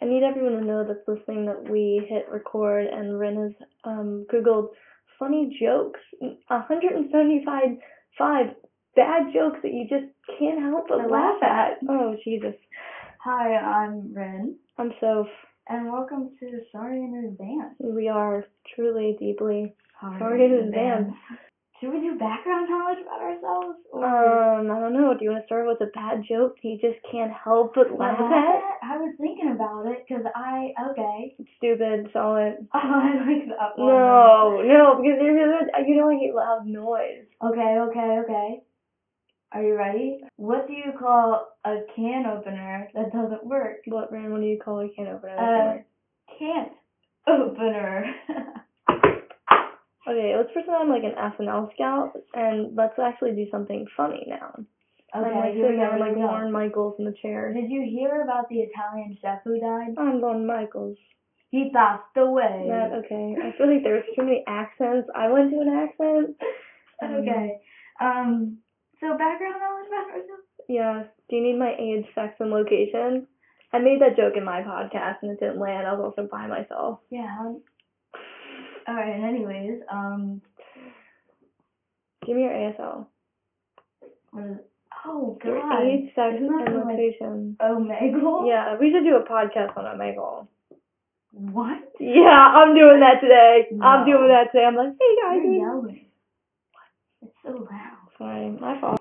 I need everyone to know that's listening that we hit record and Rin has um, Googled funny jokes. 175 five bad jokes that you just can't help but I laugh laugh at. Oh, Jesus. Hi, I'm Rin, I'm so, and welcome to Sorry in Advance. we are truly deeply. Sorry in advance. Should we do background knowledge about ourselves? Um, I don't know. Do you want to start with a bad joke that you just can't help but laugh at? I was thinking about it because I, okay. Stupid, solid. Oh, I like that one. No, no, because you're gonna, you know I hate loud noise. Okay, okay, okay. Are you ready? What do you call a can opener that doesn't work? What, Rin, what do you call a can opener? Uh, Can't opener. Okay, let's pretend I'm like an SNL scout, and let's actually do something funny now. I'm like okay, here we sitting go. there here like we go. Lauren Michaels in the chair. Did you hear about the Italian chef who died? I'm Lauren Michaels. He passed away. That okay. I feel like there's too many accents. I went to an accent. Okay. Um. So background knowledge about ourselves. Yeah. Do you need my age, sex, and location? I made that joke in my podcast, and it didn't land. I was also by myself. Yeah. All right. Anyways, um, Give me your ASL. what is? Oh Your God. age, sex, Isn't that and from, like- location. Oh Megal. Yeah, we should do a podcast on Omegle. What? Yeah, I'm doing that today. I'm No. doing that today. I'm like, hey guys, You're we yelling. What? It's so loud. Sorry, my fault.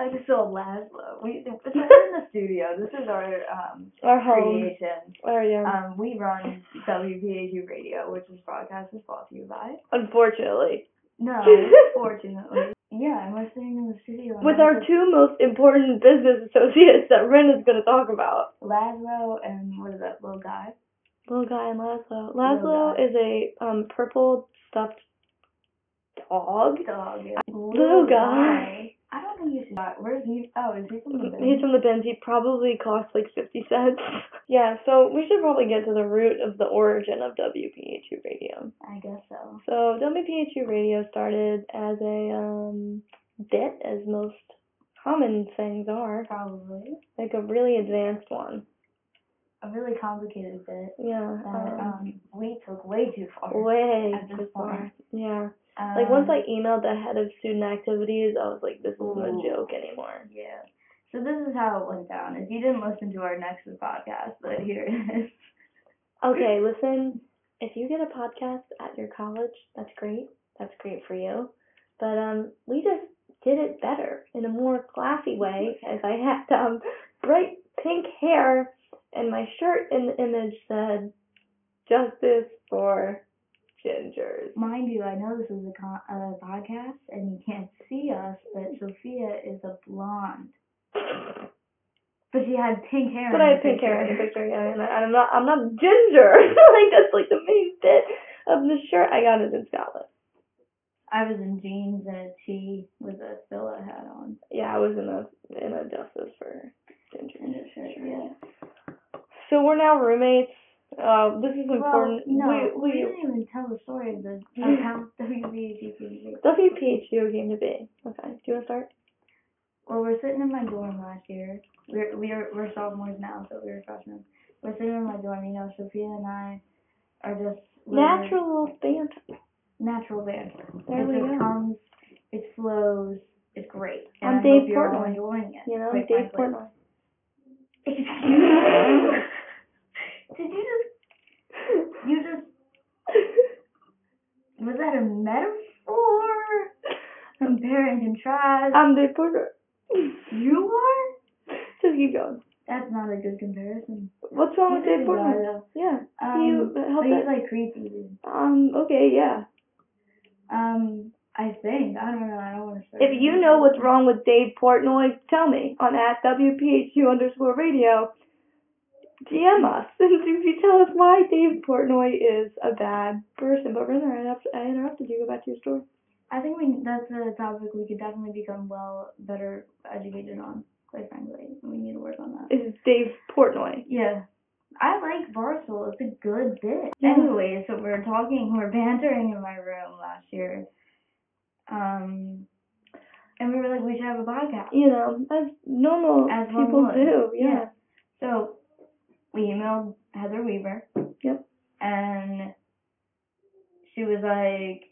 I just saw Laszlo. We this is in the studio. This is our um Our home. creation. Oh yeah. Um, we run WPAQ Radio, which is broadcast is brought to you by. Unfortunately, No, fortunately. Yeah, and we're sitting in the studio. and with I'm our just- two most important business associates that Ren is going to talk about. Laszlo and what is that little guy? Little guy and Laszlo. Little Laszlo guy. is a um purple stuffed dog. Dog. Little, guy. I don't think you should. Where's he? Oh, is he from the He's from the bins. He probably costs like fifty cents. yeah, so we should probably get to the root of the origin of WPHU radio. I guess so. So WPHU radio started as a um bit, as most common things are, Probably like a really advanced one. a really complicated bit Yeah. Um, that um, we took way too far. way at this too far. point. Yeah. Like once Um, I emailed the head of student activities, I was like, this isn't a Ooh. joke anymore. Yeah. So this is how it went down. If you didn't listen to our next podcast, but here it is. Okay, listen, if you get a podcast at your college, that's great. That's great for you. But um, we just did it better in a more classy way. As I had um, bright pink hair, and my shirt in the image said, "Justice for gingers." Mind you, I know this is a, con- a podcast and you can't see us, but Sophia is a blonde. But she had pink hair. But in I the have pink hair in the picture. picture, yeah, and I- I'm not I'm not ginger. like that's like the main bit of the shirt. I got it in Scotland. I was in jeans and a tee with a Phila hat on. Yeah, I was in a in a justice for ginger. And a shirt, yeah. So we're now roommates. Uh, this is important. Well, no, we, we, didn't even tell the story of the of how WBGP. WPHU came to be. Okay, do you want to start? Well, we're sitting in my dorm last year. We're we're we're sophomores now, so we were freshmen. We're sitting in my dorm. You know, Sophia and I are just we're Natural banter. natural banter. There it we just go. comes, it flows, it's great. I'm And I Dave hope you're all Portnoy. enjoying it. You know, Wait, Dave wait, wait. Portnoy. Excuse me. Did you just you just was that a metaphor? Compare and contrast. I'm Dave Portnoy. you are? Just keep going. That's not a good comparison. What's wrong with He's a Dave good guy, Portnoy? though. Yeah. Um, You- help but he's it. like creepy. Dude. Um. Okay. Yeah. Um, I think I don't know. I don't want to. If you know what's wrong with Dave Portnoy, tell me on at WPHU underscore radio. DM us and if you tell us why Dave Portnoy is a bad person. But Renner, I, interrupt- I interrupted you. Go back to your story. I think we that's a topic we could definitely become well better educated on. Quite frankly, we need to work on that. It's Dave Portnoy. Yeah. I like Barstool. It's a good bit. Yeah. Anyway, so we're talking, we're bantering in my room last year. Um, and we were like, we should have a podcast. You know, as normal As one people would. do. Yeah. So we emailed Heather Weaver. Yep. And she was like,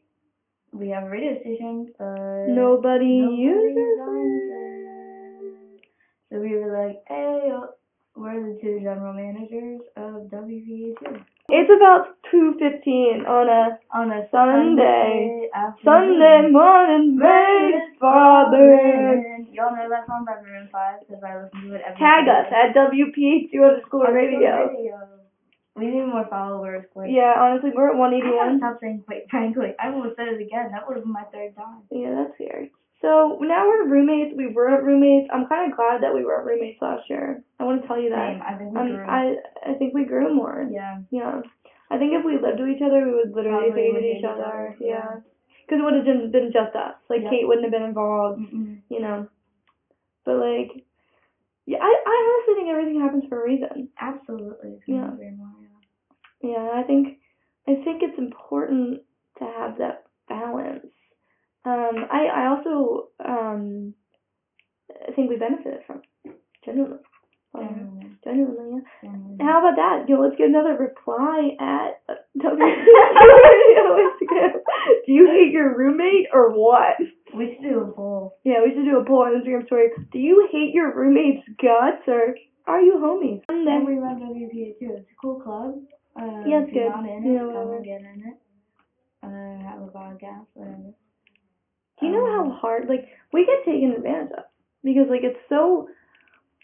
"We have a radio station, but Nobody nobody uses runs it. it." So we were like, "Hey, we're the two general managers of E WVHU It's about 2.15 on a on a Sunday Sunday Mm-hmm. afternoon." Sunday morning, May Father. Y'all know that song by Maroon 5 because I listen to it every Tag us at Sunday. WPHU underscore On radio. We need more followers, quick. Yeah, honestly, we're at I gotta 181. stop saying quick, frankly. I almost said it again. That was my third time. Yeah, that's scary. So now we're roommates. We were roommates. I'm kind of glad that we were roommates last year. I want to tell you that. Same. I think we Um, grew. I I think we grew more. yeah. Yeah. I think if we lived with each other, we would literally be Probably with would each be other. better, yeah. Yeah. Because it would have just been just us. Like Yeah. Kate wouldn't have been involved. Mm-mm. You know. But like, yeah, I I honestly think everything happens for a reason. Absolutely. Yeah. Very more, yeah. Yeah, I think I think it's important to have that balance. Um, I I also um I think we benefited from it, genuinely. Um, Genuinely, genuinely, yeah. genuinely. How about that? Yo, let's get another reply at uh, Instagram. Do you hate your roommate or what? We should do a poll. Yeah, we should do a poll on Instagram story. Do you hate your roommate's guts or are you homies? And Then then we run WPA too. It's a cool club. Uh, Yeah, it's if you're good. not in Yeah, it, come whatever. and get in it. Uh, have a podcast, whatever. Do you know Um, how hard like we get taken advantage of because like it's so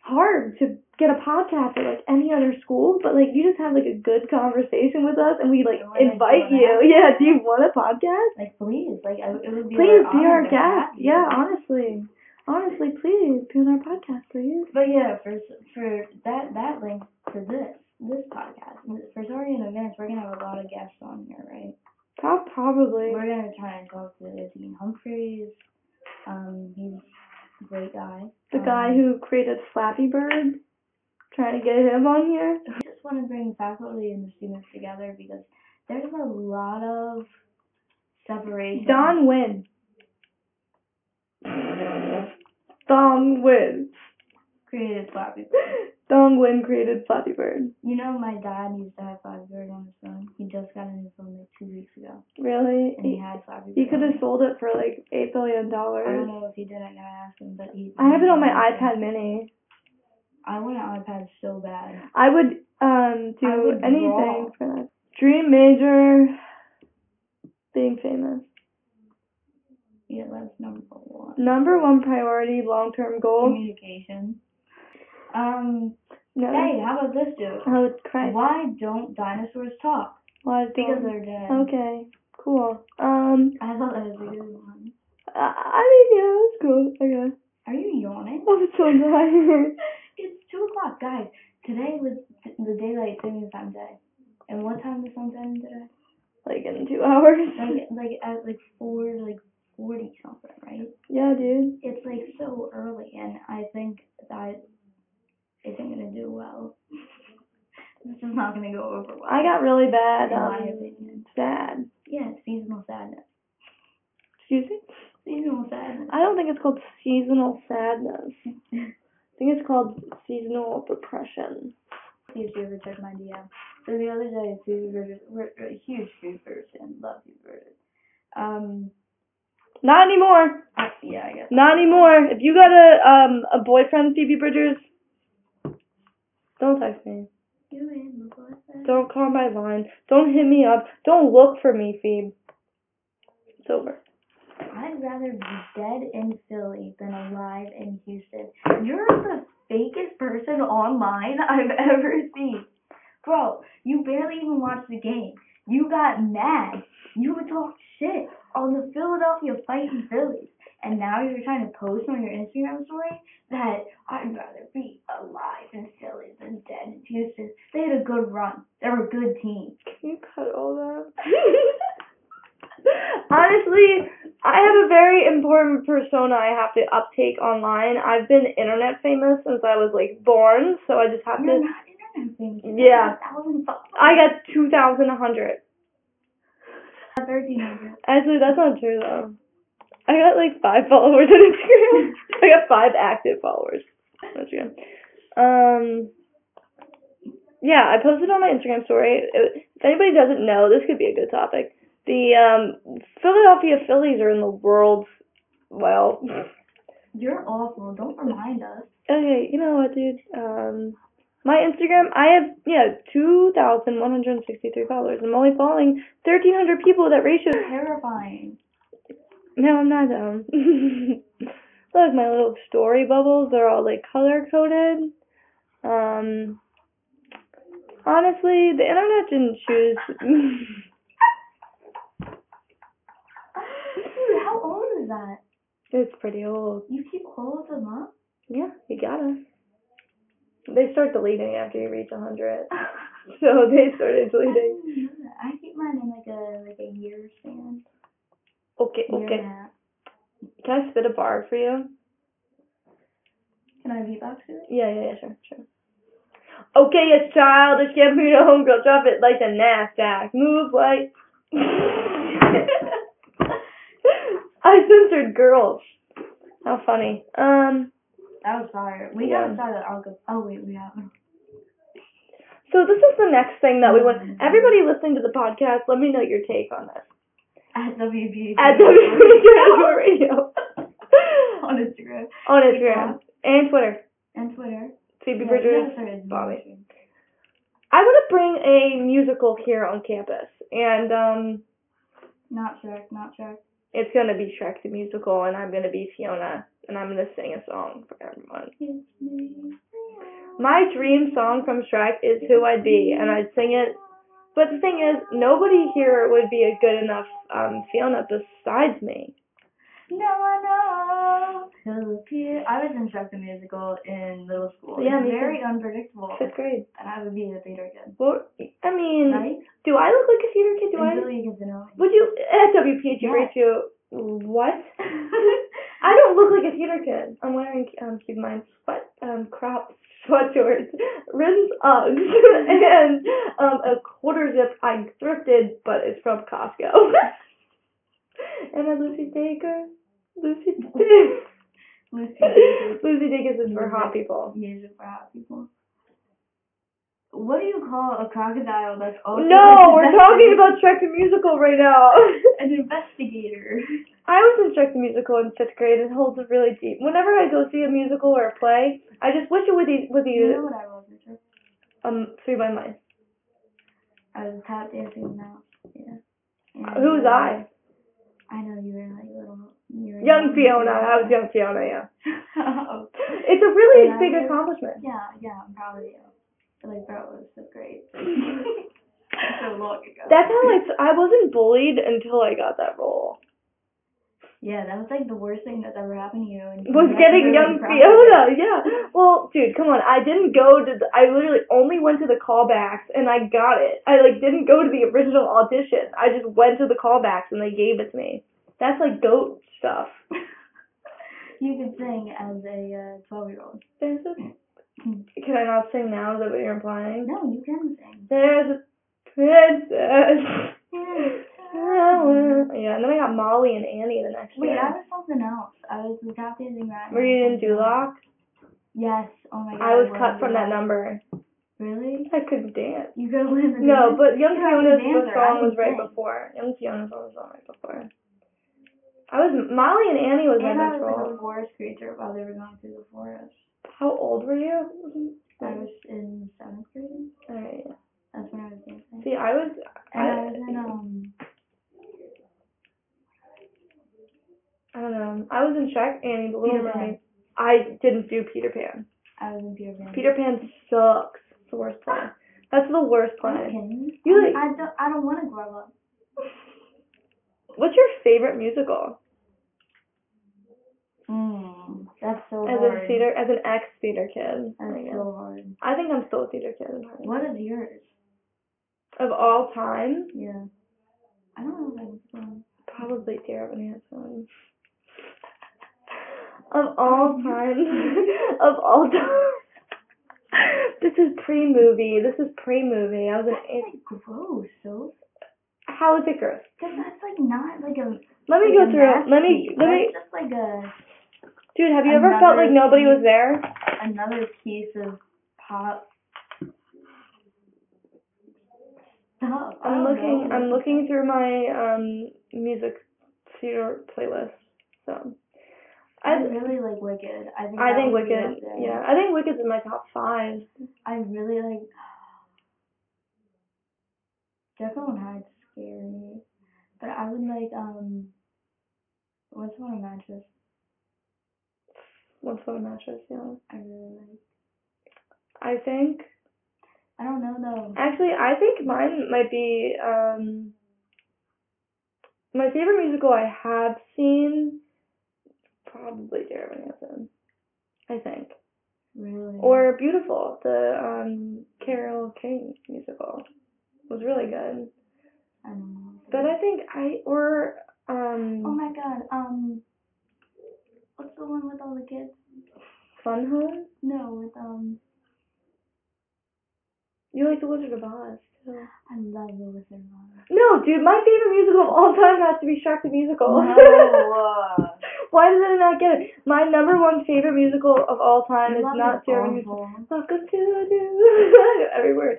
hard to get a podcast at like any other school, but like you just have like a good conversation with us and we like We're like, "Do you invite wanna you. have-" Yeah, do you want a podcast? Like, please, like, I, it would be Please our be our honor to have guest. you. Yeah, honestly, honestly, please be on our podcast, please. But yeah, for for that that links to this this podcast. For sorry in advance, we're gonna have a lot of guests on here, right? Prob- Probably. We're gonna try and talk to Dean Humphreys. Um, he's a great guy. The guy Um, who created Flappy Bird, trying to get him on here. I just want to bring faculty and the students together because there's a lot of separation. Don Win. Don Win. created Flappy Bird. Dong Win created Flappy Bird. You know, my dad used to have Flappy Bird on his phone. He just got a new phone like two weeks ago, Really? and he He, had Flappy Bird. he could on have sold it for like eight billion I don't dollars. know if he did. I gotta ask him, but he. I have it on my iPad Mini. I want an iPad so bad. I would um I do would anything draw. for that. Dream major. Being famous. Yeah, that's number one. Number one priority, long term goal. Communication. Um. No. Hey, how about this dude? Oh Christ. Why don't dinosaurs talk? Why is that? Because they're dead. Okay. Cool. Um. I thought that was a good one. I, I mean, yeah, that's cool. Okay. Are you yawning? I'm so tired. It's two o'clock, guys. Today was th- the daylight savings time day. And what time is sunset today? like in two hours. Like like at like four like forty something, right? Yeah, dude. It's like so early, and I think that isn't gonna do well. this is not gonna go over well. I got really bad. in my Um, opinion. sad. Yeah, it's seasonal sadness. Excuse me. Seasonal sadness. I don't think it's called seasonal sadness. I think it's called seasonal depression. See if you ever check my DM. So the other day, Susie Bridges, we're, we're a huge food person, love you, Bridges. Um, Not anymore. I, yeah, I guess. Not anymore. If you got a um a boyfriend, Phoebe Bridgers, don't text me. You ain't my boyfriend. Don't call my line. Don't hit me up. Don't look for me, Phoebe. It's over. I'd rather be dead in Philly than alive in Houston. You're the fakest person online I've ever seen. Bro, you barely even watched the game. You got mad. You would talk shit on the Philadelphia fighting Phillies. And now you're trying to post on your Instagram story that I'd rather be alive in Philly than dead in Houston. They had a good run. They were a good team. Can you cut all that? Honestly, I have a very important persona I have to uptake online. I've been internet famous since I was like born, so I just have to. You're not internet famous. You Yeah. have a thousand followers. I got two thousand a hundred. got 1300. Actually, that's not true though. I got like five followers on Instagram. I got five active followers on Instagram. Um, yeah, I posted on my Instagram story. It, if anybody doesn't know, this could be a good topic. The um, Philadelphia Phillies are in the world's well. You're awful. Don't remind us. Okay, you know what, dude? Um, my Instagram, I have yeah two thousand one hundred sixty three followers. I'm only following thirteen hundred people. That ratio. You're terrifying. No, I'm not dumb. Look, my little story bubbles, they're all like color coded. Um honestly, the internet didn't choose Dude, how old is that? It's pretty old. You keep all of them up? Yeah, you gotta. They start deleting after you reach a hundred. So they started I deleting. didn't know that. I keep mine in like a like a year stand. Okay, Year okay. and a half. Can I spit a bar for you? Can I beatbox to it? Yeah, yeah, yeah, sure, sure. Okay, it's childish. Get me to homegirl. Drop it like the NASDAQ. Move like. I censored girls. How funny. Um. That was fire. We Yeah. gotta start at Argo. Oh wait, we haven't. So this is the next thing that we want. Everybody listening to the podcast, let me know your take on this At WB. at WB Radio on Instagram on Instagram and Twitter. and Twitter. Phoebe Yeah, Bridgers. yes, there is Bobby. I want to bring a musical here on campus, and um, Not Shrek. Not Shrek. it's gonna be Shrek the musical, and I'm gonna be Fiona, and I'm gonna sing a song for everyone. It's me. My dream song from Shrek is "Who I'd Be," and I'd sing it. But the thing is, nobody here would be a good enough um, Fiona besides me. No, no. Philippine. I was in Shrek the musical in middle school. Yeah, it's me very unpredictable, Fifth grade. and I would be a theater kid. Well, I mean, Right? do I look like a theater kid? Do I? Until you get to know me. Would you at WPHU Yes. ratio? What? I don't look like a theater kid. I'm wearing, um, keep in mind, sweat, um, crop sweatshorts, Rins Uggs, and um, a quarter zip I thrifted, but it's from Costco. and a Lucy Dacre. Lucy Dacre. Lucy. Lucy Dacre is for hot people. Music for hot people. What do you call a crocodile that's also No, we're an talking investi- about Shrek the Musical right now. an investigator. I was in Shrek the Musical in fifth grade and holds it really deep. Whenever I go see a musical or a play, I just wish it would be, would You know be what I was into? um, through my mind. I was tap dancing now. Yeah. And, Who was uh, I? I know you were like little. You were Young little- Fiona. I was young Fiona, yeah. Oh. It's a really And I big was- accomplishment. Yeah, yeah, I'm proud of you. But, like, bro, it was so great. so long ago. That's how like I wasn't bullied until I got that role. Yeah, that was like the worst thing that's ever happened to you. And you Was got getting really young proud of it. Fiona, yeah. Well, dude, come on. I didn't go to. The, I literally only went to the callbacks and I got it. I like didn't go to the original audition. I just went to the callbacks and they gave it to me. That's like goat stuff. You could sing as a uh, 12 year old. There's a, can I not sing now? Is that what you're implying? No, you can sing. There's a princess. Yeah, and then I got Molly and Annie the next Wait, year. I was something else. I was the tap dancing rat. and Were you in something else. Duloc? Yes. Oh my god. I was were cut in from that Duloc. number. Really? I couldn't dance. You could have lived in No, Duloc. but Young You're not Fiona's a dancer, I song was didn't right sing. before. Young Fiona's song was on right before. I was Molly and Annie was my And I best was like a role. forest creature while they were going through the forest. How old were you? I was in seventh grade. Alright. That's when I was dancing. See, I was. And I I- was in um. I don't know. I was in Shrek, Annie, The Little Peter Pan. Mermaid. I didn't do Peter Pan. I was in Peter Pan. Peter Pan sucks. It's the worst play. That's the worst Are you play. kidding me? You like- I don't. I don't want to grow up. What's your favorite musical? Mm, that's so As hard. a theater, as an ex theater kid. That's I guess. so hard. I think I'm still a theater kid. in heart. What is yours? Of all time, Yeah. I don't know if I can. probably Dear Evan Hansen. of all time, of all time. this is pre-movie. This is pre-movie. I was That's an. like gross, so How is it gross? because that's like not like a. Let me like go a through. Let me. masterpiece. Let me. That's just like a Dude, have you ever felt Another like nobody was there? another piece of pop stuff. I I'm don't looking. know. I'm looking through my um music theater playlist. So, I I really like Wicked. I think. I that think would be up Wicked. there. Yeah, I think Wicked's in my top five. I really like. Jekyll and Hyde's scary, but I would like um. What's one of matches Once on a mattress. Yeah, I really like? I think. I don't know though. Actually, I think mine might be um my favorite musical I have seen. Probably Jeremy Hansen. I think. Really. Or Beautiful, the um Carol King musical was really good. I don't know. But I think I or Oh um my god. Um. What's the one with all the kids? Fun Home. No, with um. You like The Wizard of Oz too. I love the Wizard of Oz. No, dude, my favorite musical of all time has to be Shrek the Musical. No. Why did I not get it? My number one favorite musical of all time is Love not is Jeremy. Hansen. awful. Welcome to the every word.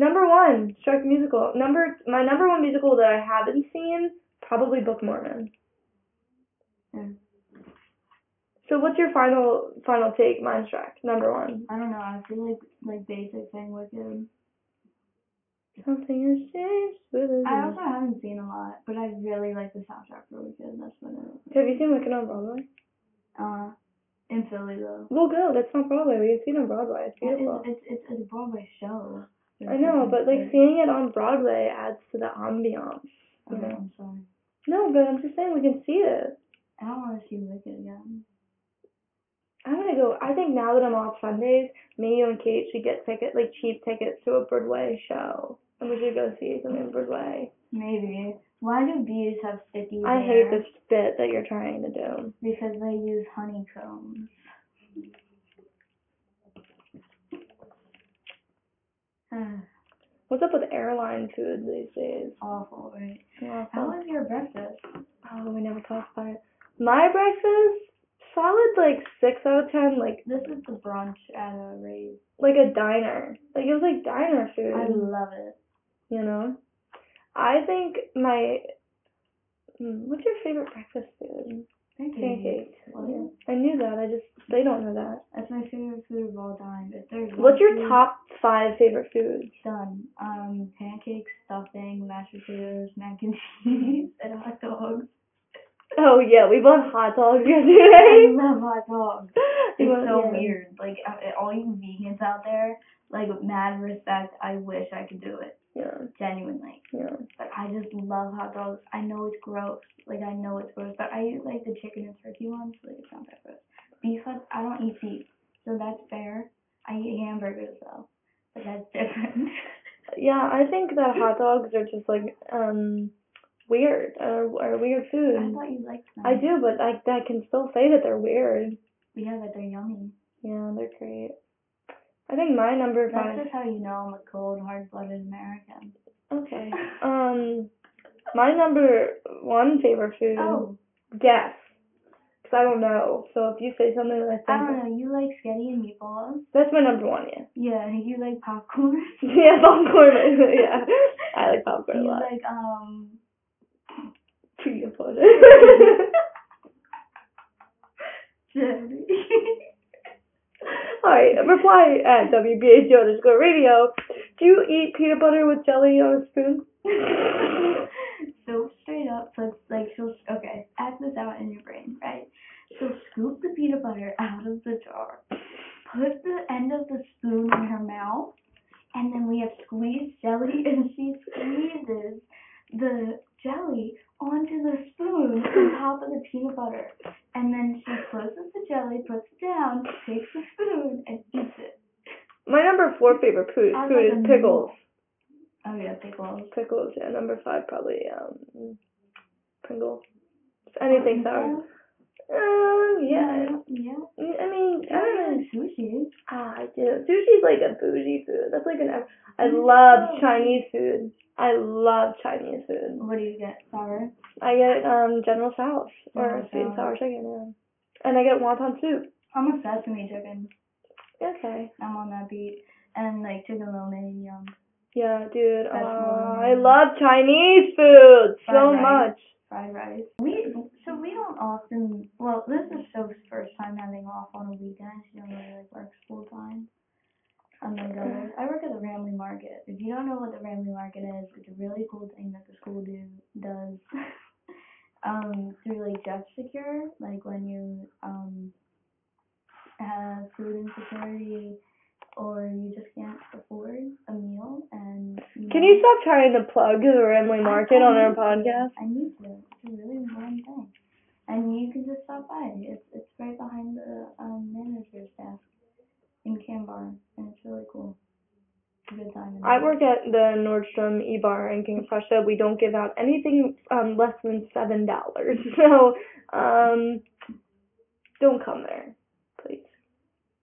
Number one, Shrek the musical. Number my number one musical that I haven't seen, probably Book of Mormon. Yeah. So what's your final final take? Mine's Shrek, number one. I don't know. I feel like like basic thing Wicked. Something has changed within I me. also haven't seen a lot, but I really like the soundtrack for Wicked. That's what it is. Have you seen Wicked on Broadway? Uh, in Philly though. We'll go. That's not Broadway. We can see it on Broadway. It's It's, beautiful. it's it's it's a Broadway show. I know, but like seeing it on Broadway adds to the ambiance. you Okay, know. I'm sorry. No, but I'm just saying we can see it. I don't want to see Wicked again. I'm gonna go. I think now that I'm off Sundays, me, you, and Kate should get ticket like cheap tickets to a Broadway show, and we should go see something in Broadway. Maybe. Why do bees have sticky hair? I hate this bit that you're trying to do. Because they use honeycombs. What's up with airline food these days? Awful, right? How Awful. was your breakfast? Oh, we never talked about it. My breakfast, solid like six out of ten, like This is the brunch at a rave. like a diner. Like it was like diner food. I love it. you know. I think my. Hmm, What's your favorite breakfast food? Thank you. Pancakes. Well, Yeah. I knew that. I just they don't know that. That's my favorite food of all time. If there's one What's your food, top five favorite foods? Done. Um, pancakes, stuffing, mashed potatoes, mac and cheese, and hot dogs. Oh yeah, we bought hot dogs I yesterday. love hot dogs. We It's bought- so yeah. weird. Like uh, all you vegans out there, like mad respect. I wish I could do it Yeah, genuinely. yeah. But I just love hot dogs. I know it's gross. Like I know it's gross, but I eat like the chicken and turkey ones. Like it's not that gross. Beef hot. I don't eat beef, so that's fair. I eat hamburgers though, but that's different. Yeah, I think that hot dogs are just like um weird or, or weird I food. thought you liked Mm. them. I do, but I I can still say that they're weird. Yeah, but they're yummy. Yeah, they're great. I think my number That's five. just how you know I'm a cold, hard-blooded American. Okay. Um, my number one favorite food. Oh, Guess. 'Cause I don't know. So if you say something that I think I don't know. You like sketty and meatballs? that's my number one, yeah. Yeah, you like popcorn. yeah, popcorn. yeah. I like popcorn a you lot. like um. Tree of water. jelly. Alright, reply at WBHO underscore radio. Do you eat peanut butter with jelly on a spoon? so straight up, so it's like she'll okay. Act this out in your brain, right? So scoop the peanut butter out of the jar, put the end of the spoon in her mouth, and then we have squeezed jelly, and she squeezes the jelly onto the spoon on top of the peanut butter, and then she closes the jelly, puts it down, takes the spoon, and eats it. My number four favorite food, I food like is a pickles. Oh yeah, pickles. Pickles, yeah. Number five probably um Pringles. Anything sour. Um, yeah. Oh, Yeah. I mean, I don't know. I sushi. Ah, I do. Sushi's like a bougie food. That's like an. I Mm. love Chinese food. I love Chinese food. What do you get? Sour? I get um General Tso's or General sweet and Tso's. sour chicken, yeah. and I get wonton soup. I'm obsessed with sesame chicken. Okay. I'm on that beat. And like chicken lo mein, yum. Yeah, dude. That's Uh, more I than- love Chinese food so Fried rice. much. fried rice. We so we don't often. Well, this is Soph's first time having off on a weekend. She don't really like works full time. I'm gonna go. Mm-hmm. There. I work at the Ramley Market. If you don't know what the Ramley Market is, it's a really cool thing that the school do does. um, through like job secure, like when you um have food insecurity or you just can't afford a meal and Can you stop trying to plug the Ramley Market on our podcast? I need to. It's a really important thing. And you can just stop by. It's it's right behind the um, manager's desk in Cambar, and it's really cool. It's a good time. in I there. work at the Nordstrom E-Bar in King of Prussia. We don't give out anything um, less than seven dollars. So um, don't come there, please.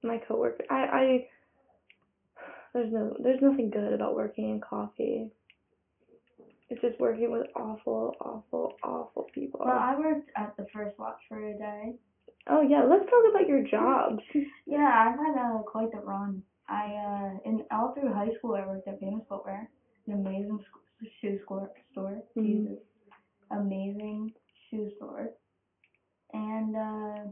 My coworker, I, I, there's no, there's nothing good about working in coffee. It's just working with awful, awful, awful people. Well, I worked at the First Watch for a day. oh yeah, let's talk about your job. Yeah, I've had uh, quite the run. I uh, in all through high school, I worked at Famous Footwear, an amazing sc- shoe score, store. Mhm. Jesus, amazing shoe store, and uh,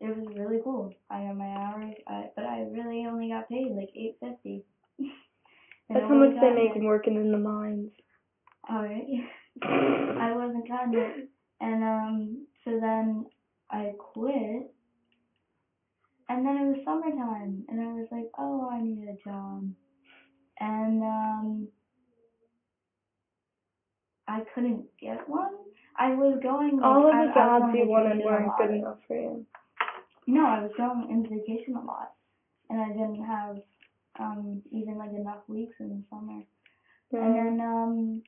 it was really cool. I got my hours, I, but I really only got paid like eight fifty. That's how much they make working in the mines. All right. I wasn't cutting it. And um so then I quit. And then it was summertime and I was like, Oh, I need a job. And um I couldn't get one. I was going like, All of I- the I was jobs on you wanted vacation a weren't lot. good enough for you. No, I was going on vacation a lot and I didn't have um even like enough weeks in the summer. And then um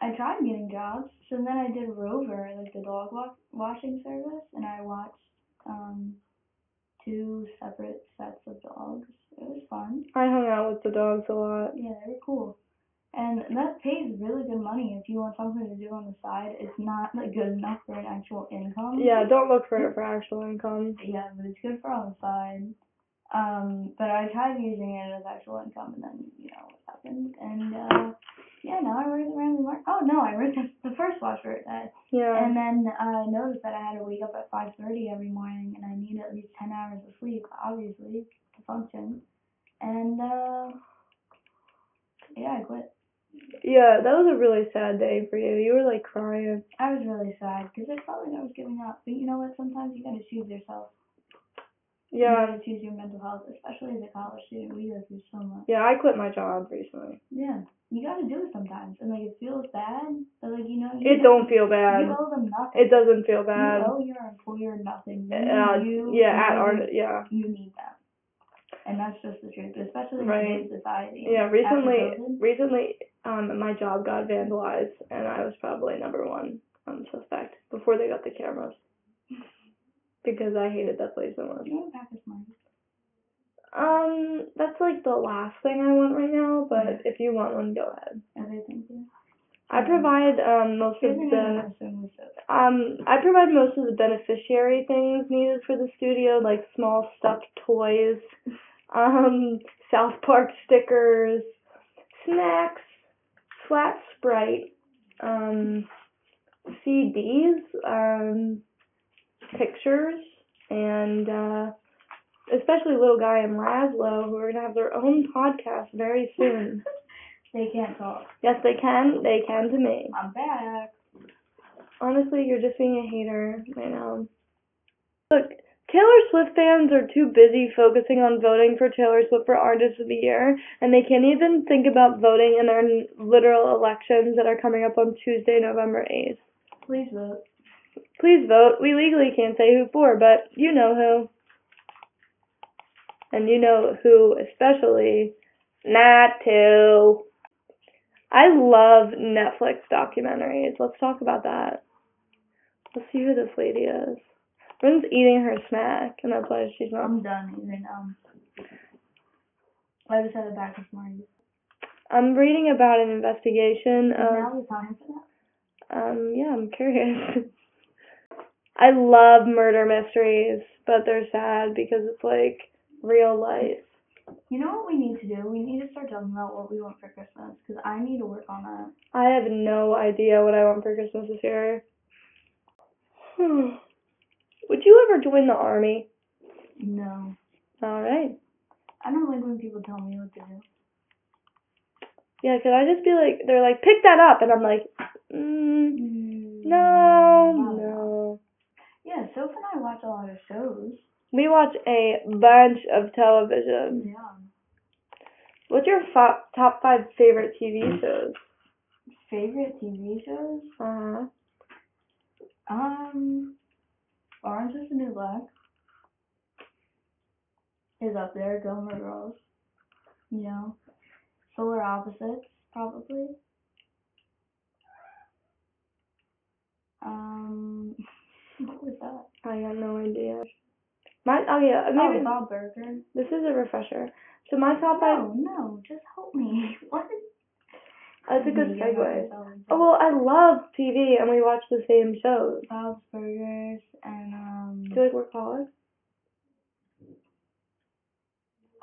I tried getting jobs. So then I did Rover, like the dog wa- washing service, and I watched um two separate sets of dogs. It was fun. I hung out with the dogs a lot. Yeah, they were cool. And that pays really good money if you want something to do on the side. It's not like good enough for an actual income. Yeah, don't look for it for actual income. Um, Yeah, but it's good for on the side. Um, but I tried using it as actual income, and then you know what happened. And uh, yeah, now I work at the Ramsey Mark. Oh no, I worked at the first wash for a day, Yeah. and then I noticed that I had to wake up at 5:30 every morning, and I need at least 10 hours of sleep, obviously, to function. And uh, yeah, I quit. Yeah, that was a really sad day for you. You were like crying. I was really sad because I felt like I was giving up. But you know what? Sometimes you gotta choose yourself. You Yeah. gotta choose your mental health, especially as a college student. We go through so much. Yeah, I quit my job recently. Yeah, you gotta do it sometimes, and like it feels bad, but like you know, you It don't feel bad. You owe them nothing. It doesn't feel bad. You owe your employer nothing. You, Uh, you yeah, at you- art. Yeah. You need them, and that's just the truth, especially Right. in today's society. Yeah, After recently, COVID, recently, um, my job got vandalized, and I was probably number one um suspect before they got the cameras. Because I hated that place so much. you want to pack this money? Um, that's like the last thing I want right now, but if you want one, go ahead. Okay, thank you. I provide um most of Here's the another person with soda. um I provide most of the beneficiary things needed for the studio, like small stuffed toys, um South Park stickers, snacks, flat Sprite, um CDs, um pictures, and uh especially little guy and Laszlo who are gonna have their own podcast very soon. They can't talk. yes, they can. They can to me. I'm back. Honestly, you're just being a hater right now. Look, Taylor Swift fans are too busy focusing on voting for Taylor Swift for Artist of the Year, and they can't even think about voting in our n- literal elections that are coming up on Tuesday, November 8th. Please vote. Please vote. We legally can't say who for, but you know who. And you know who, especially, not to. I love Netflix documentaries. Let's talk about that. Let's see who this lady is. Bryn's eating her snack, and that's why she's not. I'm done. Even um, I just had a pack this morning. I'm reading about an investigation Is of. now the time for that? Um, yeah, I'm curious. I love murder mysteries, but they're sad because it's like real life. You know what we need to do? We need to start talking about what we want for Christmas because I need to work on that. I have no idea what I want for Christmas this year. Hmm. Would you ever join the army? No. All right. I don't like when people tell me what to do. Yeah, could I just be like, they're like, pick that up, and I'm like, mm, no, no. Mm. Yeah, Soph and I watch a lot of shows. We watch a bunch of television. Yeah. What's your fo- top five favorite TV shows? Favorite TV shows? Uh-huh. Um, Orange is the New Black is up there. Gilmore Girls, you know, Solar Opposites probably. Um, what was that? I have no idea. My oh yeah, maybe oh, Bob Burger. this is a refresher. So my top five. No, no, just help me. What? That's a good You gotta help segue. yourself. Oh well, I love TV and we watch the same shows. Bob's Burgers and um. I feel like we're college.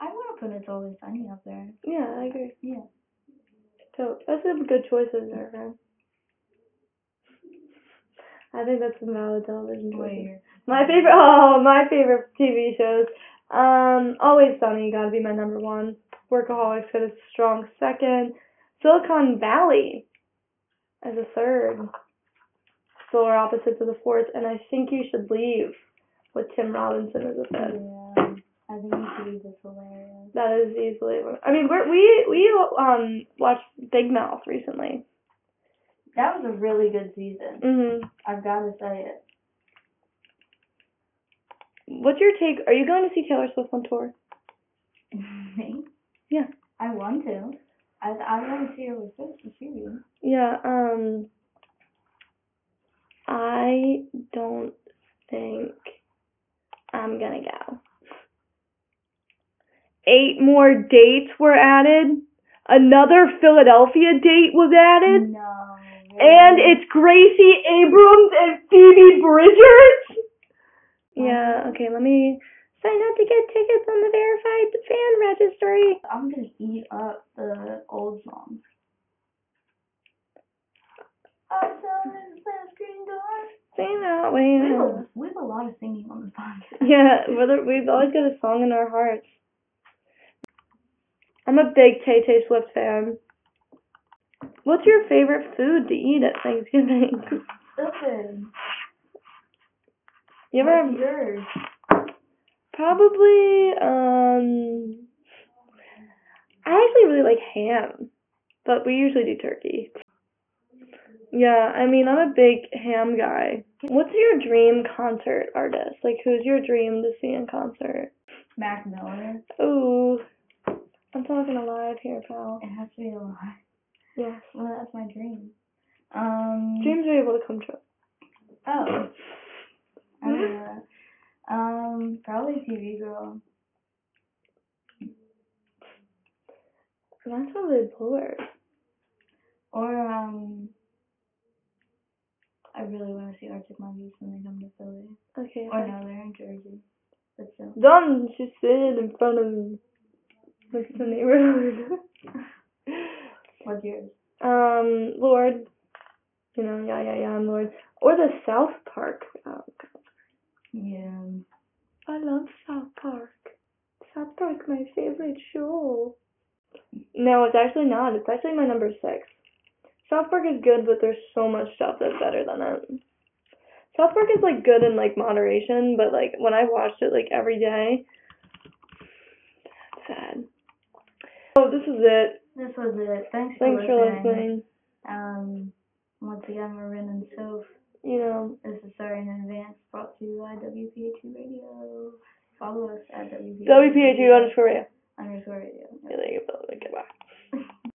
I want to put It's Always Sunny up there. Yeah, I agree. Yeah. So that's some good choices there, friend. I think that's some valid television choices. Wait. My favorite, oh, my favorite TV shows. Um, Always Sunny gotta be my number one. Workaholics got a strong second. Silicon Valley as a third. Solar Opposites as a fourth, and I think you should leave with Tim Robinson as a fifth. Yeah, I think you should do this hilarious. That is easily. one- I mean, we're, we we um watched Big Mouth recently. That was a really good season. Mhm. I've got to say it. What's your take? Are you going to see Taylor Swift on tour? Me? Yeah. I want to. I I want to see her with this see you. Yeah. Um. I don't think I'm gonna go. Eight more dates were added. Another Philadelphia date was added. No. And really? it's Gracie Abrams and Phoebe Bridgers. Yeah, okay, let me sign up to get tickets on the verified fan registry. I'm gonna eat up the old songs. Awesome is the screen door. Sing that way. We have, a, we have a lot of singing on the podcast. Yeah, whether we've always got a song in our hearts. I'm a big Tay Tay Swift fan. What's your favorite food to eat at Thanksgiving? Listen. You ever what's have yours? probably um I actually really like ham, but we usually do turkey. Yeah, I mean I'm a big ham guy. What's your dream concert artist? Like who's your dream to see in concert? Mac Miller. Ooh. I'm talking alive here, pal. It has to be a lie. Yes. Well, that's my dream. Um. Dreams are able to come true. Oh. I don't know that. Um, probably TV girl. Mine's probably Blur. Or, um, I really want to see Arctic Monkeys when they come to Philly. Okay. Or no, they're in Jersey. But still. Done. She's sitting in front of me. Look at the neighborhood. What's yours? um, Lord. You know, yeah, yeah, yeah, I'm Lord. Or the South Park. Oh, God. Yeah. I love South Park. South Park, my favorite show. No, it's actually not. It's actually my number six. South Park is good, but there's so much stuff that's better than it. South Park is like good in like moderation, but like when I watched it like every day, sad. Oh, this is it. This was it. Thanks, Thanks for, for listening. listening. Um, once again, we're Ren and Soph. You know, This is Sorry in Advance, brought to you by WPHU Radio. Follow us at WPHU WPHU underscore radio. underscore radio. Really, but, like, Goodbye.